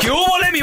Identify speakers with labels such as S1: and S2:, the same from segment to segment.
S1: ¿Qué hubo, le, mi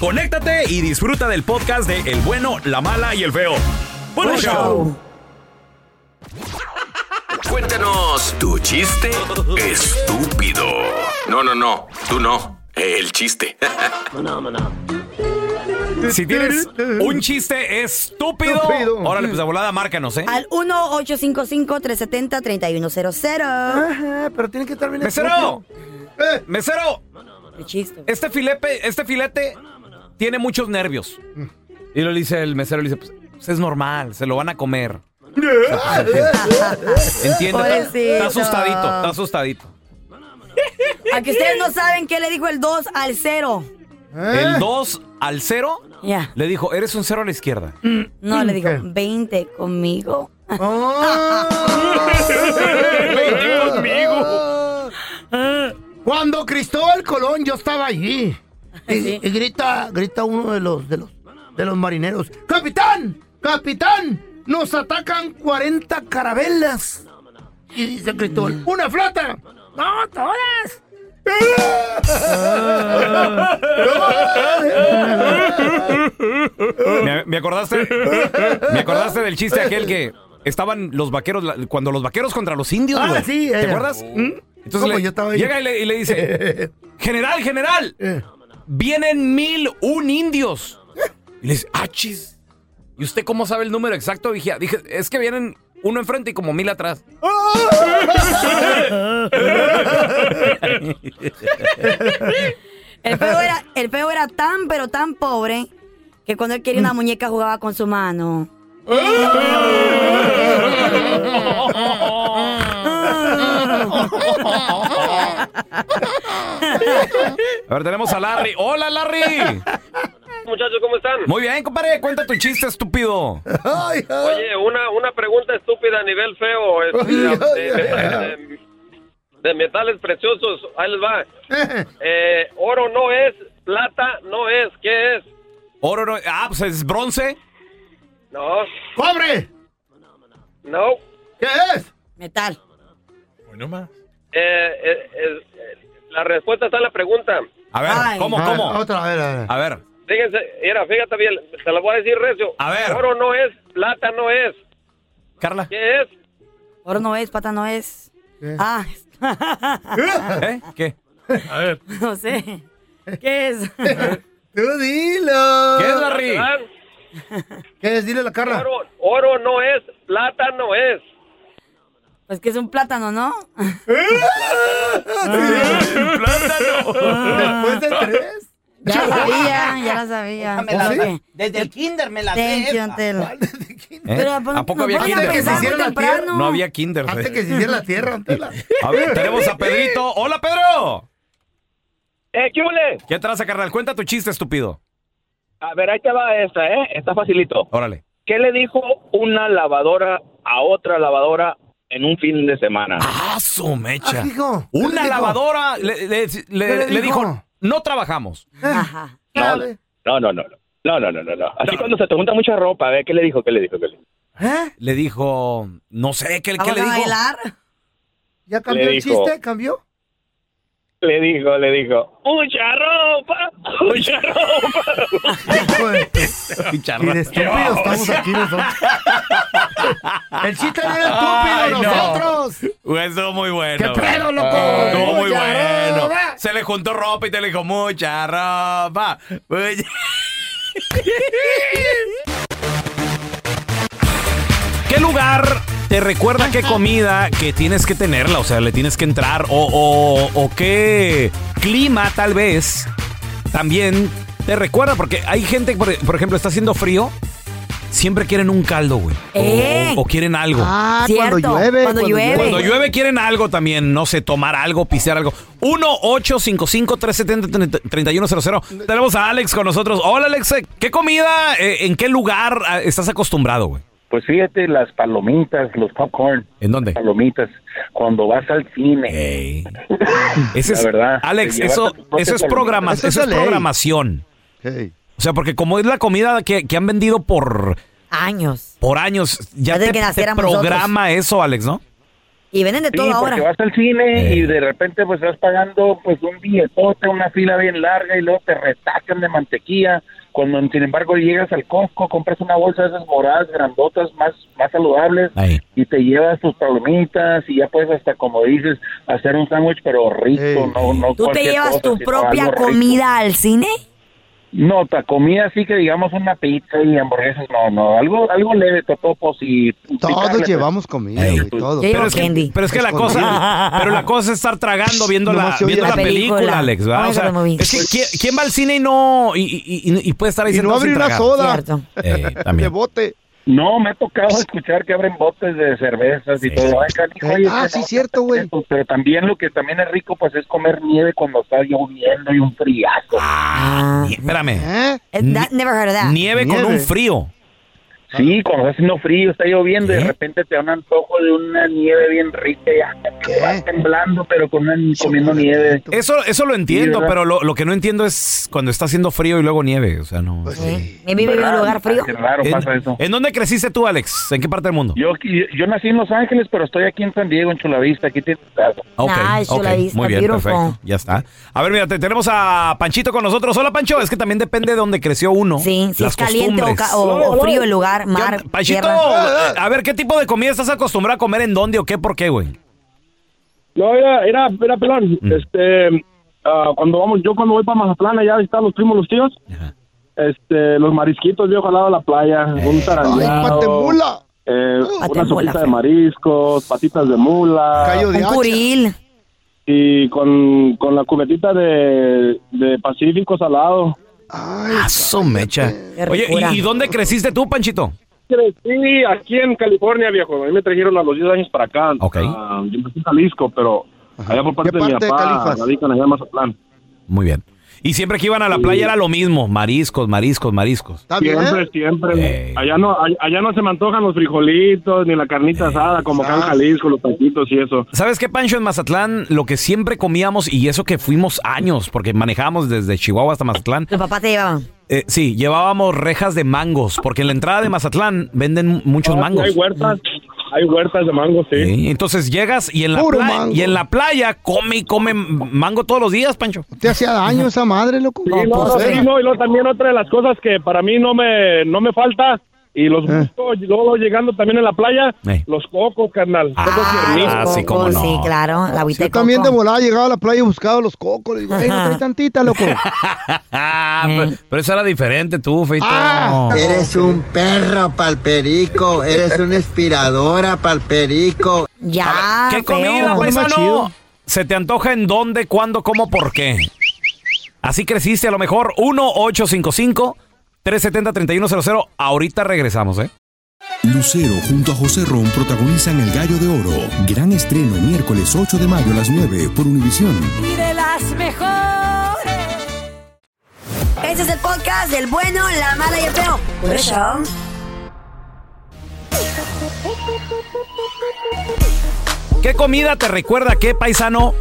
S1: conéctate y disfruta del podcast de El bueno, la mala y el feo. ¡Buen show!
S2: Cuéntanos tu chiste
S1: Eh,
S2: estúpido. No, no, no, tú no. El chiste.
S1: Si tienes un chiste estúpido,
S3: Estúpido.
S1: órale, pues a volada, márcanos, ¿eh?
S4: Al
S5: Ah.
S4: 1-855-370-3100.
S3: Ajá, pero tiene que estar bien
S1: ¡Mesero!
S3: Eh.
S1: ¡Mesero!
S4: Qué chiste.
S1: Este filete, este filete tiene muchos nervios. Y lo dice el mesero, le dice, pues, pues es normal, se lo van a comer. Entiende, está-
S4: Pobrecito.
S1: está asustadito, está asustadito.
S4: A que ustedes no saben qué le dijo el 2 al 0.
S1: El 2 al 0
S4: Ya.
S1: le dijo, eres un cero a la izquierda.
S4: No, le digo,
S3: ¿Qué?
S4: 20 conmigo.
S3: Cuando Cristóbal Colón yo estaba allí y,
S4: Sí.
S3: y grita grita uno de los de los de los marineros, "Capitán, capitán, nos atacan 40 carabelas." Y dice
S1: Mm.
S3: Cristóbal, "Una flota." "No, todas."
S1: ¿Me, me acordaste? ¿Me acordaste del chiste aquel que estaban los vaqueros, la- cuando los vaqueros contra los indios,
S3: Ah,
S1: güey?
S3: sí,
S1: ¿Te
S3: ella.
S1: acuerdas?
S3: ¿Mm?
S1: Entonces
S3: ¿Cómo?
S1: le-
S3: Yo estaba ahí.
S1: llega y le, y le dice, general, general,
S3: Eh.
S1: vienen mil un indios. Y le dice, ah, chis. ¿Y usted cómo sabe el número exacto? Dije, dije, es que vienen uno enfrente y como mil atrás.
S4: El feo, era, el feo era tan, pero tan pobre que cuando él quería una muñeca jugaba con su mano.
S1: A ver, tenemos a Larry. ¡Hola, Larry!
S6: Muchachos, ¿cómo están?
S1: Muy bien, compadre, cuenta tu chiste, estúpido.
S3: Ay, ay.
S6: Oye, una, una pregunta estúpida a nivel feo. este,
S3: Ay, ay,
S6: de, de- de- de metales preciosos, ahí les va.
S3: Eh,
S6: Eh, oro no es, plata no es, ¿qué es?
S1: Oro, no- ah, pues es bronce.
S6: No,
S3: ¡Cobre!
S6: no.
S3: ¿Qué es?
S4: Metal.
S6: Eh, eh, eh, eh, la respuesta está en la pregunta.
S1: A ver,
S4: Ay.
S1: ¿cómo,
S3: A ver,
S1: cómo?
S3: Otra vez, a ver.
S1: A ver,
S6: Fíjense, mira, fíjate bien, te la voy a decir recio.
S1: A ver.
S6: Oro no es, plata no es,
S1: Carla.
S6: ¿qué es?
S4: Oro no es, pata no es. Ah,
S1: ¿Eh? ¿Qué?
S4: no sé. ¿Qué es?
S3: Tú
S1: ¿Qué es,
S3: dilo.
S1: Larry?
S6: ¿Verdad?
S3: ¿Qué es? Dile a la Carla.
S6: Oro, oro no es, plata no es.
S4: Pues que es un plátano, ¿no?
S3: Después de tres.
S4: Ya la sabía, ya la sabía.
S1: ¿Oh,
S5: Me la-
S4: Ok.
S5: Desde el kinder me la
S4: Thank you,
S5: sé.
S4: Antelo.
S1: ¿Eh?
S4: Pero pues, pon-
S1: ¿A poco
S4: nos
S1: había
S4: ponen a pensar muy
S1: kinder?
S3: Que se hiciera la
S4: temprano.
S1: No había kinder.
S3: Antes
S1: güey.
S3: que se hiciera la tierra, Antela.
S1: A ver, tenemos a Pedrito. ¡Hola, Pedro!
S6: Eh, ¿qué ole?
S1: ¿Qué traza, carnal? Cuenta tu chiste, estúpido.
S6: A ver, ahí te va esta, ¿eh? Está facilito.
S1: Órale.
S6: ¿Qué le dijo una lavadora a otra lavadora en un fin de semana?
S1: ¡Ah, su mecha!
S3: Ah, hijo. ¿Qué
S1: Una
S3: le dijo?
S1: lavadora le, le- le-
S3: le
S1: le dijo,
S3: dijo?
S1: no trabajamos.
S4: Ajá.
S3: Chale.
S6: No, no, no, no. No, no, no, no, no. Así cuando se te junta mucha ropa, a ver, ¿qué le dijo? ¿Qué le dijo? ¿Qué le dijo?
S3: ¿Eh?
S1: Le dijo, no sé, ¿qué, qué
S4: ¿Vamos
S1: le
S4: a
S1: dijo?
S4: bailar?
S3: ¿Ya cambió
S6: Le
S3: el
S6: dijo.
S3: chiste? ¿Cambió?
S7: Le dijo, le dijo, mucha ropa, mucha ropa.
S3: Pues,
S6: Y de estúpidos estamos aquí nosotros. El chiste no era estúpido,
S1: Ay, no.
S6: nosotros.
S1: Güey, estuvo muy bueno.
S6: ¿Qué
S1: güey.
S6: pedo, loco?
S1: Estuvo
S6: pues.
S1: muy
S6: Mucha
S1: bueno.
S6: ropa.
S1: Se le juntó ropa y te le dijo mucha ropa. Mucha- ¿Qué lugar te recuerda qué comida que tienes que tenerla? O sea, le tienes que entrar. O, o- o qué clima tal vez también te recuerda. Porque hay gente, por, por ejemplo, está haciendo frío. Siempre quieren un caldo, güey. O-
S4: Eh.
S1: O, quieren algo.
S6: Ah,
S4: Cierto,
S6: cuando llueve.
S4: cuando llueve.
S1: Cuando llueve quieren algo también, no sé, tomar algo, pisear algo. 1-855-370-3100. Tenemos a Alex con nosotros. Hola, Alex. ¿Qué comida, eh, en qué lugar ah, estás acostumbrado, güey?
S8: Pues fíjate, las palomitas, los popcorn,
S1: ¿En dónde?
S8: palomitas, cuando vas al cine.
S1: Ey. Ese es,
S8: La verdad,
S1: Alex,
S8: te llevas
S1: eso,
S8: a tus propias
S1: eso es,
S8: palomitas.
S1: programa-
S6: Eso es
S1: eso es
S6: ley.
S1: programación.
S6: Hey.
S1: O sea, porque como es la comida que, que han vendido por,
S4: Años.
S1: por años, ya
S4: Desde
S1: te,
S4: que
S1: te
S4: naciéramos
S1: programa eso, Alex, ¿no?
S4: Y venden de
S8: Sí,
S4: todo
S8: porque
S4: ahora.
S8: vas al cine
S1: Eh.
S8: y de repente pues vas pagando pues un billetote, una fila bien larga y luego te retacan de mantequilla. Cuando sin embargo llegas al Costco, compras una bolsa de esas moradas grandotas más, más saludables
S1: Ahí.
S8: y te llevas tus palomitas y ya puedes hasta como dices hacer un sándwich pero rico,
S6: Ey.
S8: no, no
S4: ¿Tú te
S8: cualquier
S4: llevas
S8: cosa,
S4: tu
S8: sino
S4: propia
S8: algo rico.
S4: comida al cine?
S8: No, ta comida así que digamos una pizza y hamburguesas, no, no, algo, algo leve, totopos y...
S3: Todos
S8: picarle,
S3: llevamos comida,
S1: Ey.
S3: güey, todos.
S4: Yo llevo
S1: Pero es, que,
S4: candy.
S1: pero es que la
S3: Escondido.
S1: cosa, pero la cosa es estar tragando viendo la,
S3: Nomás se oye
S1: viendo la
S3: la
S1: película,
S4: película,
S1: Alex, ¿verdad?
S4: Ay,
S1: O sea,
S4: pero no vi.
S1: es que ¿quién, quién va al cine y no y, y- y- y puede estar ahí
S3: Y no
S1: sentado sin
S3: abrir una
S1: tragar?
S3: soda
S4: Cierto.
S1: Eh,
S3: de
S1: también.
S3: bote.
S8: No, me ha tocado escuchar que abren botes de cervezas y
S1: Sí.
S8: todo. Ay, canijo,
S3: Eh,
S8: oye,
S3: ah,
S8: que
S3: sí,
S8: no,
S3: cierto,
S8: no,
S3: güey.
S8: eso, Pero también lo que también es rico, pues, es comer nieve cuando está lloviendo y un friazo.
S1: Ah, y- espérame.
S3: ¿Eh?
S4: Eh, that- never heard of that.
S1: Nieve con
S3: Nieve.
S1: un frío.
S8: Sí, cuando está haciendo frío, está lloviendo y
S1: ¿Eh?
S8: de repente te da un antojo de una nieve bien rica y ah, que vas temblando, pero con una, comiendo nieve.
S1: Eso, eso lo entiendo,
S8: ¿verdad?
S1: pero lo, lo que no entiendo es cuando está haciendo frío y luego nieve. O sea, no.
S3: Pues
S4: Eh,
S3: sí.
S4: Me vive en un
S8: ¿Verdad?
S4: lugar frío.
S8: Qué raro pasa
S1: ¿En,
S8: eso.
S1: en dónde creciste tú, Alex? ¿En qué parte del mundo?
S8: Yo, yo, yo nací en Los Ángeles, pero estoy aquí en San Diego, en Chulavista. Aquí tiene casa.
S1: Ok,
S4: Nice,
S1: ok,
S4: chula vista,
S1: muy bien,
S4: beautiful.
S1: perfecto. Ya está. A ver, mira, te- tenemos a Panchito con nosotros. Hola, Pancho. Es que también depende de dónde creció uno.
S4: Sí, si
S1: las
S4: es caliente o,
S1: costumbres.
S4: ca- o- o frío el lugar,
S1: ¿Qué
S4: mar,
S1: onda? Panchito,
S4: tierra.
S1: eh, a ver, ¿qué tipo de comida estás acostumbrado a comer? ¿En dónde o qué? ¿Por qué, güey?
S7: No, era, era, era pelón.
S1: Mm.
S7: Este, ah, cuando vamos, yo cuando voy para Mazatlán allá a visitar a los primos, los tíos, este, los marisquitos, yo jalaba a la playa,
S1: Eh.
S7: un
S3: ¡Ay,
S7: zarandeado,
S3: patemula!
S7: eh, una
S4: Patemula,
S7: sopita de
S4: feo.
S7: mariscos, patitas de mula,
S3: Callo de
S4: Un
S3: hacha.
S4: curil.
S7: y con, con la cubetita de, de Pacífico salado.
S3: Ay,
S1: Aso, Ah, mecha.
S4: Qué
S1: Oye,
S4: ricura.
S1: ¿y, y dónde creciste tú, Panchito?
S7: Crecí aquí en California, viejo. A mí me trajeron a los 10 años para acá.
S1: Ok.
S7: Ah, yo nací en Jalisco, pero
S3: Ajá.
S7: allá por parte,
S3: ¿Qué
S7: de mi
S3: parte de
S7: papá
S3: Califas?
S7: radican allá en Mazatlán.
S1: Muy bien. Y siempre que iban a la playa era lo mismo, mariscos, mariscos, mariscos.
S3: ¿está bien?
S7: Siempre, siempre.
S1: Ey.
S7: Allá no all- allá no se me antojan los frijolitos ni la carnita asada como acá en
S3: Ah.
S7: Jalisco, los taquitos y eso.
S1: ¿Sabes qué, Pancho? En Mazatlán, lo que siempre comíamos, y eso que fuimos años, porque manejábamos desde Chihuahua hasta Mazatlán,
S4: Los papás te llevaban.
S1: eh, sí, llevábamos rejas de mangos, porque en la entrada de Mazatlán venden muchos mangos.
S7: Hay huertas, hay huertas de mango, sí.
S1: Sí, Entonces llegas y en, la
S3: Puro
S1: playa,
S3: mango.
S1: y en la playa come y come mango todos los días, Pancho.
S3: ¿Te hacía daño esa madre, loco?
S7: Sí, no, no, sí, no, y luego también otra de las cosas que para mí no me, no me falta, y los
S3: Eh.
S7: busco, y luego llegando también en la playa,
S1: Ey.
S7: los cocos, carnal.
S1: Eh. Ah,
S7: Cocos tiernitos.
S1: Ah,
S4: Los
S1: sí, cómo
S4: cocos,
S1: no.
S4: Sí, claro. La agüita
S3: Yo
S4: de coco.
S3: también de volada llegaba a la playa y buscaba los cocos. Le digo, ey, no trae tantita, loco.
S1: Ah,
S4: Eh.
S1: pero, pero eso era diferente, tú, Feito.
S3: Ah.
S9: Eres un perro palperico, eres una inspiradora palperico.
S4: Ya,
S1: ¿Qué
S4: Ah, feo.
S1: comida,
S3: Come más
S1: paisano?
S3: chido.
S1: ¿Se te antoja en dónde, cuándo, cómo, por qué? Así creciste a lo mejor 1-855-370-3100. Ahorita regresamos, ¿eh?
S10: Lucero junto a José Ron protagonizan El Gallo de Oro. Gran estreno miércoles 8 de mayo a las 9 por Univisión.
S4: Este es el podcast del bueno, la mala y el feo. Por eso.
S1: ¿Qué comida te recuerda a qué, paisano?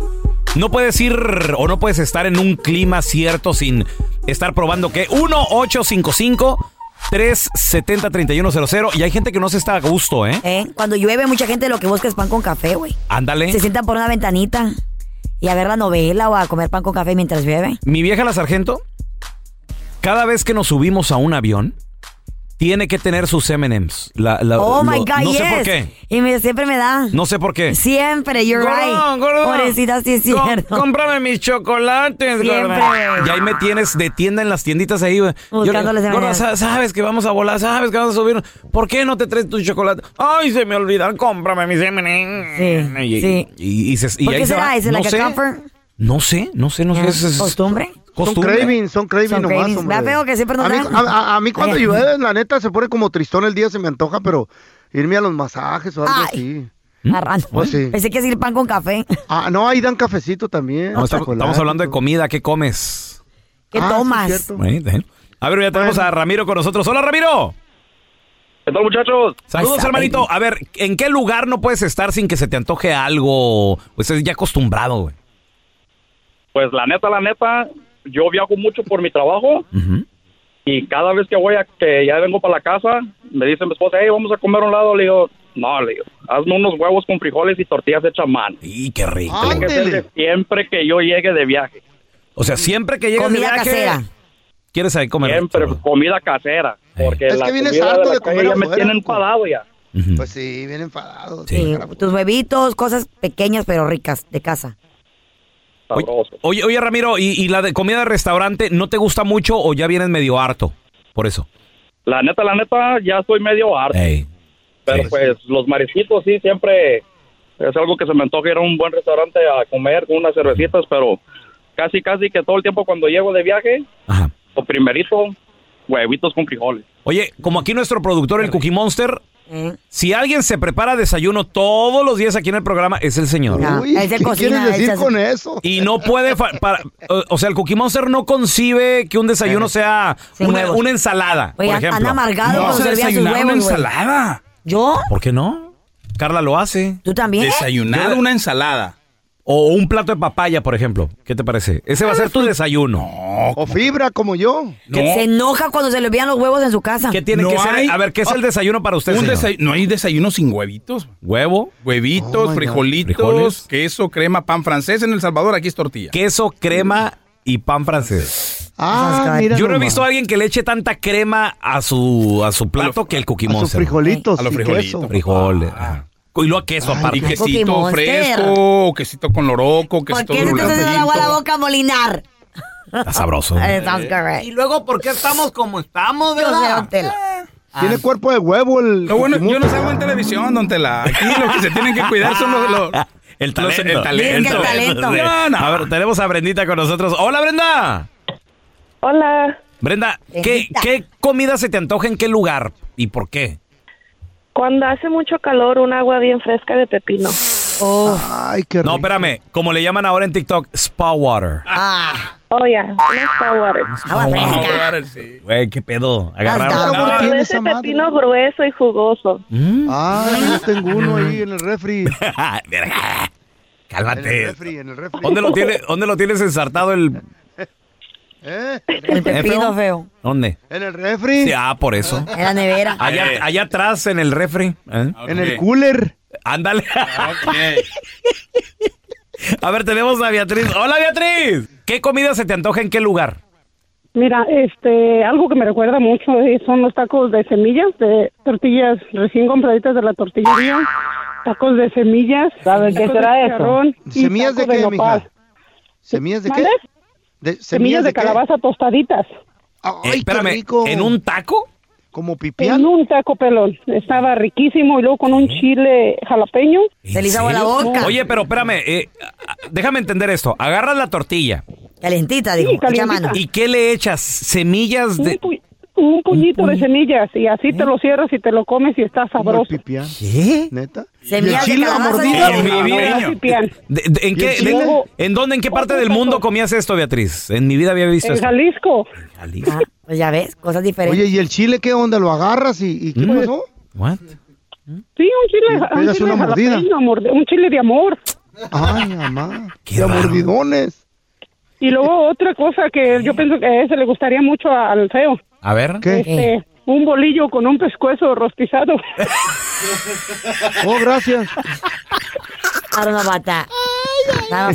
S1: No puedes ir o no puedes estar en un clima cierto sin estar probando qué. 1-855-370-3100. Y hay gente que no se está a gusto, ¿eh?
S4: ¿Eh? Cuando llueve, mucha gente lo que busca es pan con café, güey.
S1: Ándale.
S4: Se sientan por una ventanita y a ver la novela o a comer pan con café mientras bebe.
S1: Mi vieja la sargento, cada vez que nos subimos a un avión, tiene que tener sus M&M's. La- la-
S4: oh my
S1: lo-
S4: God,
S1: Ah, No
S4: yes.
S1: sé por qué.
S4: Y me, siempre me da.
S1: No sé por qué.
S4: Siempre, you're
S1: Gordón,
S4: right.
S1: gordón.
S4: Pobrecita, sí es
S1: Com-
S4: cierto.
S1: cómprame mis chocolates,
S4: Siempre.
S1: Y ahí me tienes de tienda en las tienditas ahí, güey. Yo le digo,
S4: Buscándoles de
S1: "Gorda,
S4: mañana".
S1: sa- sabes que vamos a volar, sabes que vamos a subir. ¿Por qué no te traes tu chocolate? Ay, se me olvidaron, cómprame mis M&M's.
S4: Sí,
S1: y,
S4: sí.
S1: y- y se- y
S4: ¿Por
S1: ahí
S4: qué
S1: se
S4: será?
S1: va.
S4: ¿Es
S1: no
S4: like
S1: sé.
S4: a comfort?
S1: No sé, no sé, no sé. Es- es-
S4: ¿Costumbre?
S1: Costumbre.
S3: Son cravings, son cravings
S4: Son
S3: nomás,
S4: cravings.
S3: hombre.
S4: Vea, feo que ¿eh? siempre nos
S3: a mí,
S4: dan.
S3: a- a- a mí cuando
S4: Ay.
S3: llueve, la neta, se pone como tristón el día, se me antoja, pero irme a los masajes o algo así.
S4: Marrano.
S3: Pues sí.
S4: Ah, Pensé que es ir pan con café.
S3: Ah, no, ahí dan cafecito también.
S1: No, estamos, estamos hablando de comida, ¿qué comes?
S4: ¿Qué
S3: Ah, sí,
S4: tomas?
S3: cierto.
S1: Ahí, ahí. A ver, ya tenemos a Ramiro con nosotros. Hola, Ramiro.
S11: ¿Qué tal, muchachos?
S1: Saludos,
S11: Pasa,
S1: hermanito. A ver, ¿en qué lugar no puedes estar sin que se te antoje algo? Pues es ya acostumbrado, güey.
S11: Pues la neta, la neta, yo viajo mucho por mi trabajo y cada vez que voy a que ya vengo para la casa, me dice mi esposa, hey, vamos a comer a un lado. Le digo, no, le digo, hazme unos huevos con frijoles y tortillas hechas a mano.
S1: Y qué rico.
S11: Tiene que ser de siempre que yo llegue de viaje.
S1: O sea, siempre que llegues
S11: Comida
S1: de viaje,
S11: casera.
S1: quieres ahí comer.
S11: Siempre comida casera. Porque
S3: Es
S11: la
S3: que vienes
S11: comida
S3: harto
S11: la
S3: de
S11: calle
S3: comer
S11: ya me
S3: afuera,
S11: tienen
S3: loco.
S11: enfadado ya.
S3: Pues sí, bien enfadados.
S4: Sí, Tus huevitos, cosas pequeñas pero ricas de casa.
S1: Oye, oye, oye, Ramiro, ¿y, y la de comida de restaurante no te gusta mucho o ya vienes medio harto? Por eso.
S11: La neta, la neta, ya estoy medio harto. Pero pues los marisquitos sí, siempre es algo que se me antoja ir a un buen restaurante a comer con unas cervecitas, pero casi, casi que todo el tiempo cuando llego de viaje, lo primerito, huevitos con frijoles.
S1: Oye, como aquí nuestro productor, el Cookie Monster,
S4: ¿Eh?
S1: si alguien se prepara desayuno todos los días aquí en el programa, es el señor.
S3: Uy,
S4: es de
S3: ¿qué
S4: cocina,
S3: quieres decir
S4: esas-
S3: con eso?
S1: Y no puede. fa- para- o, o sea, el Cookie Monster no concibe que un desayuno sea
S4: Sin
S1: una,
S4: huevos.
S1: una ensalada.
S4: Oye,
S1: por
S4: han- han
S1: ejemplo.
S4: amargado
S1: no
S4: cuando
S1: vas a
S4: servían sus
S1: desayunar una
S4: huevos, güey.
S1: ensalada.
S4: ¿Yo?
S1: ¿Por qué no? Carla lo hace.
S4: ¿Tú también?
S1: Desayunar una ensalada. O un plato de papaya, por ejemplo. ¿Qué te parece? Ese va a ser tu desayuno.
S3: O fibra, como yo.
S4: Que se enoja cuando se le olvidan los huevos en su casa.
S1: ¿Qué tiene que ser? A ver, ¿qué
S4: Ah,
S1: es el desayuno para usted,
S12: Un
S1: señor?
S12: desay- no hay desayuno sin huevitos.
S1: Huevo.
S12: Huevitos,
S1: Oh, my God.
S12: frijolitos,
S1: Frijoles.
S12: queso, crema, pan francés. En El Salvador aquí es tortilla.
S1: Queso, crema y pan francés.
S3: Ah, mira
S1: Yo no he
S3: nomás.
S1: visto a alguien que le eche tanta crema a su, a su plato que el Cookie
S3: a sus
S1: Monster.
S3: frijolitos
S1: A los
S3: y
S1: frijolitos.
S3: queso.
S1: Frijoles. ajá. Ah. Y luego queso aparte.
S12: Y quesito fresco, quesito con loroco,
S4: ¿Por
S12: quesito
S4: qué se te hace el agua a la boca, Molinar?
S1: Está sabroso.
S4: Eh, sounds correct.
S1: Y luego, ¿por qué estamos como estamos,
S4: verdad?
S1: Ah.
S3: Tiene cuerpo de huevo el.
S12: Lo bueno, yo no salgo en televisión, don Tela. Aquí lo que se tienen que cuidar son los... los-
S1: Ah, El
S12: los-
S1: talento.
S12: el talento. No, no.
S1: A ver, tenemos a Brendita con nosotros. Hola, Brenda.
S13: Hola,
S1: Brenda, ¿qué, ¿qué comida se te antoja en qué lugar y por qué?
S13: cuando hace mucho calor, un agua bien fresca de pepino.
S3: Ay, qué
S1: No, espérame, como le llaman ahora en TikTok, spa water.
S13: Ah. Oh, ya, una spa water.
S1: Güey, qué pedo. Agarraron.
S13: Pero de ese pepino grueso y jugoso.
S3: Ay, yo tengo uno ahí en el refri.
S1: Verga.
S3: En el
S1: Cálmate.
S3: refri, en el refri.
S1: ¿Dónde lo, tiene, ¿Dónde lo tienes ensartado el...
S3: ¿Eh?
S4: El pepino feo.
S1: ¿Dónde?
S3: En el refri.
S1: Sí, ah, por eso.
S4: En la nevera.
S1: Allá,
S3: Eh.
S1: allá atrás en el refri. ¿eh?
S3: En el cooler.
S1: Ándale. A ver, tenemos a Beatriz. Hola, Beatriz. ¿Qué comida se te antoja en qué lugar?
S14: Mira, este, algo que me recuerda mucho eh, son los tacos de semillas, de tortillas recién compraditas de la tortillería, tacos de semillas.
S13: ¿Sabe qué
S14: tacos
S13: será
S14: de
S13: eso?
S14: chicharrón y
S3: ¿Semillas de
S14: tacos
S3: qué,
S14: nopal.
S3: mija? ¿Semillas de qué?
S14: ¿Mande?
S3: De-
S14: Semillas, de,
S3: qué?
S14: calabaza tostaditas.
S3: Ay,
S1: Eh, espérame,
S3: qué rico.
S1: ¿en un taco?
S3: Como pipián.
S14: En un taco pelón. Estaba riquísimo y luego con un chile jalapeño.
S4: Se le hizo agua la
S1: ¿Serio?
S4: boca.
S1: Oye, pero espérame, eh, a- a- déjame entender esto. Agarras la tortilla.
S4: Calentita, dijo. Echa mano.
S1: ¿Y qué le echas? Semillas de...
S14: Un puñito de semillas y así te lo cierras y te lo comes y está sabroso.
S3: ¿Qué? ¿Neta?
S14: Semillas
S3: ¿Y el
S14: de
S3: chile a
S14: calabaza
S3: mordida?
S14: y-
S1: En mi
S14: No,
S1: vida.
S14: no, no, pipián.
S1: De- de-
S14: ¿Y
S1: ¿En,
S14: el
S1: qué,
S14: chile?
S1: de- ¿En dónde, en qué parte del mundo comías esto, Beatriz? En mi vida había visto
S14: En
S1: esto.
S14: Jalisco.
S1: Jalisco.
S4: Pues ya ves, cosas diferentes.
S3: Oye, ¿y el chile qué onda? ¿Lo agarras y, y qué
S1: Mm.
S3: pasó?
S1: What?
S14: Sí, un chile,
S3: Le
S14: un
S3: pegas
S14: chile
S3: una mordida.
S14: jalapeño, morde- un chile de amor.
S3: Ay, mamá. de mordidones.
S14: Y luego otra cosa que yo pienso que a ese le gustaría mucho a- al feo.
S1: A ver.
S14: Este, un bolillo con un pescuezo rostizado.
S3: Oh, gracias.
S4: Ahora una bata.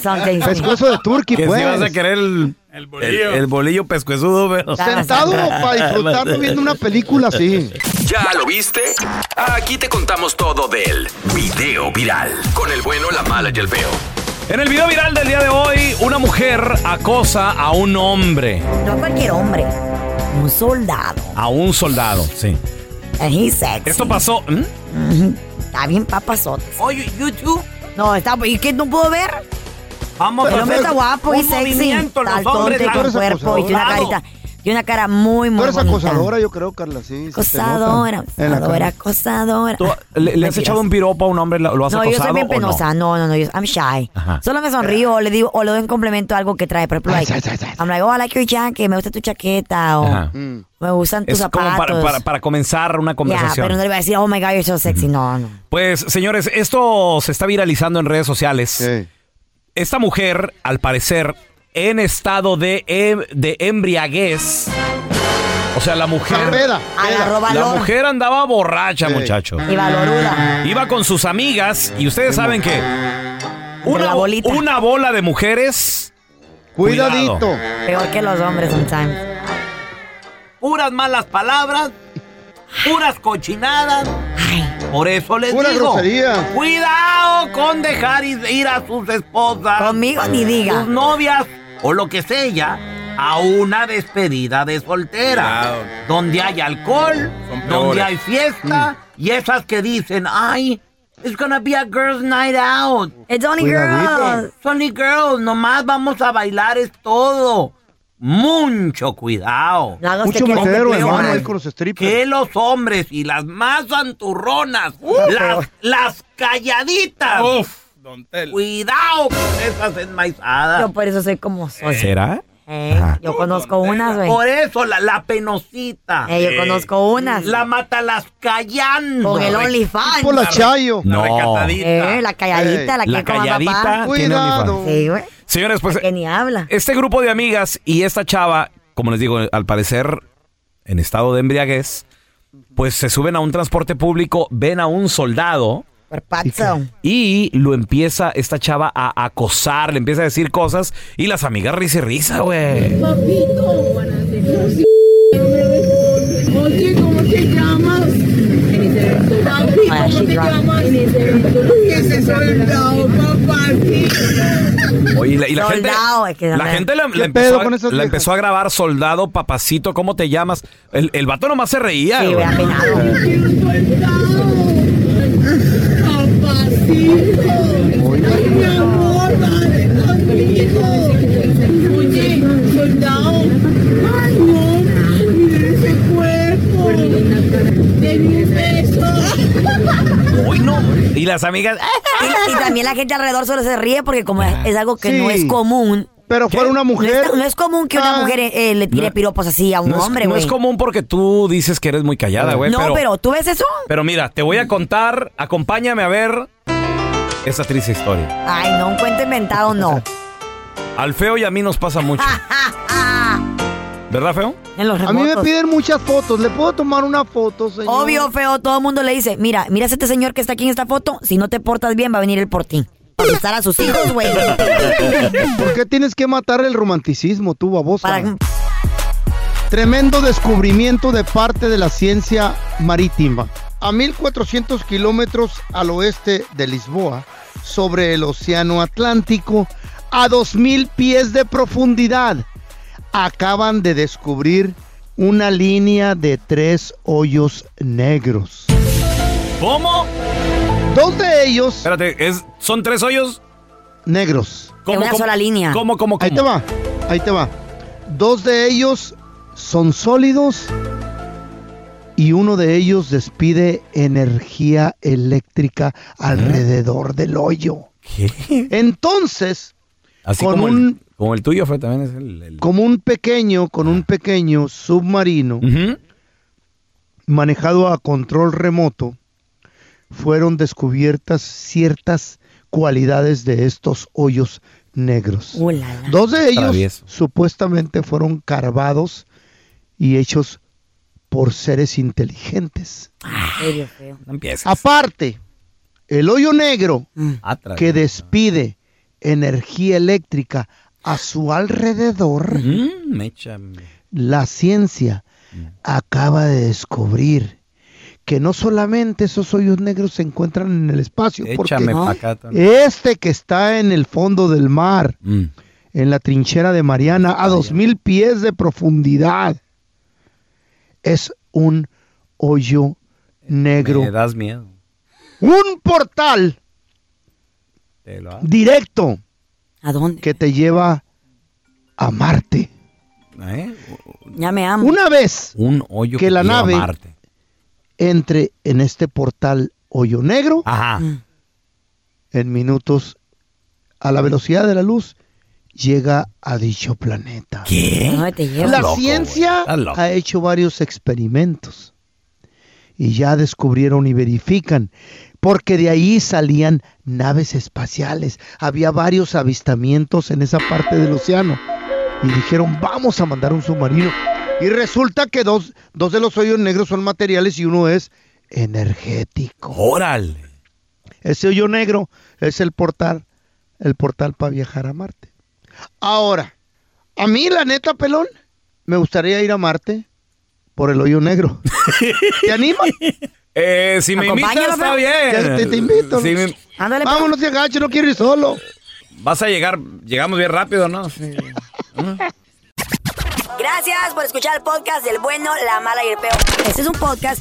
S3: Pescuezo de turqui,
S1: Que
S3: pues.
S1: si vas a querer el, el bolillo, el, bolillo pescuezudo, pero...
S3: Sentado para disfrutar viendo una película así.
S15: ¿Ya lo viste? Aquí te contamos todo del video viral. Con el bueno, la mala y el feo.
S1: En el video viral del día de hoy, una mujer acosa a un hombre.
S4: No cualquier hombre, un soldado.
S1: A un soldado, sí.
S4: And he's sexy.
S1: Esto pasó... ¿Mm?
S4: Está bien papazotes. Oye, YouTube. No, está. ¿Y qué no puedo ver?
S1: Vamos
S4: Pero
S5: a
S4: no
S5: hacer
S4: está guapo y
S5: un
S4: sexy.
S5: movimiento, los
S4: Taltonte
S5: hombres,
S4: con
S5: tú eres
S4: cuerpo y tiene una
S5: acosado.
S4: carita. Y una cara muy, muy
S3: Tú eres
S4: bonita.
S3: acosadora, yo creo, Carla, sí. se te nota.
S4: Acosadora,
S3: En la
S4: acosadora,
S3: cara.
S4: acosadora.
S1: ¿Tú le, le has
S4: Mentiras.
S1: echado un piropo a un hombre? ¿Lo lo has
S4: No,
S1: acosado
S4: yo soy bien
S1: o no?
S4: penosa. No, no, no, yo, I'm shy.
S1: Ajá.
S4: Solo me sonrío o le digo o le doy un complemento a algo que trae. Por ejemplo, like, I'm like, oh, I like your jacket, me gusta tu chaqueta o
S1: Ajá.
S4: me gustan tus
S1: Es como
S4: zapatos.
S1: para, para- para comenzar una
S4: Ya,
S1: conversación.
S4: pero no le voy a decir, oh my God, you're so sexy. No, no.
S1: Pues, señores, esto se está viralizando en redes sociales. Esta mujer, al parecer, en estado de, em- de embriaguez. O sea, la mujer.
S4: Agarró
S1: La
S4: valor.
S1: mujer andaba borracha, muchacho.
S4: Y valoruda.
S1: Iba con sus amigas y ustedes saben que
S4: la
S1: una,
S4: bolita.
S1: una bola de mujeres.
S4: Cuidadito.
S1: cuidado.
S4: Peor que los hombres sometimes.
S5: Puras malas palabras, puras cochinadas.
S1: Por eso
S5: Les
S3: Pura
S5: digo,
S3: grosería.
S5: Cuidado con dejar ir ir a sus esposas.
S4: Conmigo ni diga.
S5: Sus novias o lo que sea ella a una despedida de soltera.
S12: Cuidado.
S5: Donde hay alcohol, donde
S12: peores.
S5: hay fiesta
S1: Mm.
S5: y esas que dicen, ay, it's gonna be a girls night out.
S4: It's only
S12: Cuidadito.
S5: girls. It's only girls. Nomás vamos a bailar es todo. Mucho cuidado.
S4: No hagas
S3: Mucho que- mesero, que- hermano, ahí con los
S5: Que los hombres y las más santurronas, las,
S3: peor.
S5: las calladitas. Cuidado con esas enmaizadas.
S4: Yo por eso soy como soy.
S1: ¿Será?
S4: Eh, yo conozco unas, güey.
S5: Por eso, la, la penosita.
S4: Eh, yo conozco unas.
S5: La mata las callando.
S4: Con el OnlyFans.
S3: Por la Chayo.
S1: No.
S4: Eh, la calladita, la que
S1: La
S4: coma papá.
S1: calladita tiene
S4: Cuidado.
S1: OnlyFans.
S4: Sí, güey.
S1: Señores, pues
S4: Que ni habla.
S1: este grupo de amigas y esta chava, como les digo, al parecer en estado de embriaguez, pues se suben a un transporte público, ven a un soldado
S4: Patzón.
S1: y lo empieza esta chava a acosar, le empieza a decir cosas y las amigas risa y risa, güey.
S16: Oye, ¿cómo te llamas? Papi, ¿cómo te llamas? ¿Qué es eso del lado, papá?
S1: Oye, y la, y la gente,
S16: Soldado, es que
S1: la
S16: dame-
S1: gente la,
S16: ¿Qué
S1: la empezó
S16: pedo
S1: a,
S16: con esas
S1: la
S16: viejas?
S1: empezó a grabar, soldado, papacito, ¿cómo te llamas? El, el vato nomás se reía,
S16: Sí,
S1: güey.
S16: güey, Quiero un soldado. Papacito. Ay, mi amor, dale conmigo. Oye, soldado. Ay, no, mira ese cuerpo. Denme un beso.
S1: Uy, no. Y las amigas, "Ah,
S4: Y, y también la gente alrededor solo se ríe porque como es, es algo que
S3: Sí.
S4: no es común.
S3: Pero fuera una
S4: No
S3: mujer.
S4: es, no es común que una
S3: Ah.
S4: mujer eh, le tire
S1: No-
S4: piropos así a un
S1: no es-
S4: hombre,
S1: no
S4: güey.
S1: es común porque tú dices que eres muy callada, güey.
S4: No, pero ¿tú ves eso?
S1: Pero mira, te voy a contar, acompáñame a ver esta triste historia.
S4: Ay, no, un cuento inventado no.
S1: Al feo y a mí nos pasa mucho. ¿Verdad, feo?
S4: En los
S3: A mí me
S4: remotos.
S3: piden muchas fotos. ¿Le puedo tomar una foto, señor?
S4: Obvio, feo, todo el mundo le dice, mira, mira a este señor que está aquí en esta foto, si no te portas bien va a venir él por ti. Para asustar a sus hijos, güey.
S3: ¿Por qué tienes que matar el romanticismo, tú, babosa? Tremendo descubrimiento de parte de la ciencia marítima. A 1400 kilómetros al oeste de Lisboa, sobre el Océano Atlántico, a 2000 pies de profundidad, acaban de descubrir una línea de tres hoyos negros.
S1: ¿Cómo?
S3: Dos de ellos.
S1: Espérate, es- ¿son tres hoyos?
S3: negros.
S1: ¿Cómo, una cómo? sola línea. ¿Cómo, cómo,
S3: Ahí te va, ahí te va. Dos de ellos son sólidos y uno de ellos despide energía eléctrica alrededor del hoyo. Entonces,
S1: Así
S3: con
S1: como,
S3: un,
S1: el, como el tuyo, feo, también es el... el-
S3: como un pequeño, con un pequeño submarino
S1: Mm.
S3: manejado a control remoto, fueron descubiertas ciertas cualidades de estos hoyos negros. Dos de ellos
S1: Travieso.
S3: supuestamente fueron carvados y hechos por seres inteligentes.
S4: Serio, feo.
S3: Ah,
S1: No empieces.
S3: Aparte, el hoyo negro
S1: Ah, tra-
S3: que despide energía eléctrica a su alrededor,
S1: Mm,
S3: la ciencia acaba de descubrir que no solamente esos hoyos negros se encuentran en el espacio,
S1: Échame pa'
S3: porque
S1: acá también. Mm,
S3: este que está en el fondo del mar, en la trinchera de Mariana, a dos mil pies de profundidad, es un hoyo negro
S1: Me das miedo.
S3: un portal
S1: Te lo hago.
S3: directo.
S4: ¿A dónde?
S3: Que te lleva a Marte.
S4: Ya me amo.
S3: Una vez
S1: ¿Eh? Un hoyo
S3: que la
S1: lleva a
S3: nave
S1: Marte.
S3: entre en este portal hoyo negro,
S1: Ah. Mm.
S3: en minutos, a la velocidad de la luz, llega a dicho planeta.
S4: No, te llevo.
S3: La ciencia ha hecho varios experimentos y ya descubrieron y verifican, porque de ahí salían naves espaciales. Había varios avistamientos en esa parte del océano y dijeron, vamos a mandar un submarino. Y resulta que dos, dos de los hoyos negros son materiales y uno es energético.
S1: Órale.
S3: Ese hoyo negro es el portal, el portal para viajar a Marte. Ahora, a mí la neta, pelón, me gustaría ir a Marte por el hoyo negro. ¿Te animas?
S1: Eh, si me invitas,
S3: Acompáñalo,
S1: está
S3: pero-
S1: bien.
S3: Ya te- te invito,
S1: Si
S3: ¿no?
S1: me-
S4: pues.
S3: Vámonos, te agacho, no quiero ir solo.
S1: Vas a llegar, llegamos bien rápido, ¿no?
S4: Gracias por escuchar el podcast del bueno, la mala y el peor. Este es un podcast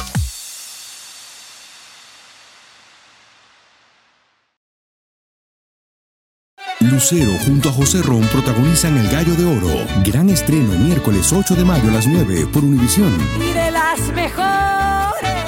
S10: Lucero junto a José Ron protagonizan El Gallo de Oro. Gran estreno miércoles 8 de mayo a las 9 por Univisión.
S17: Y de las mejores.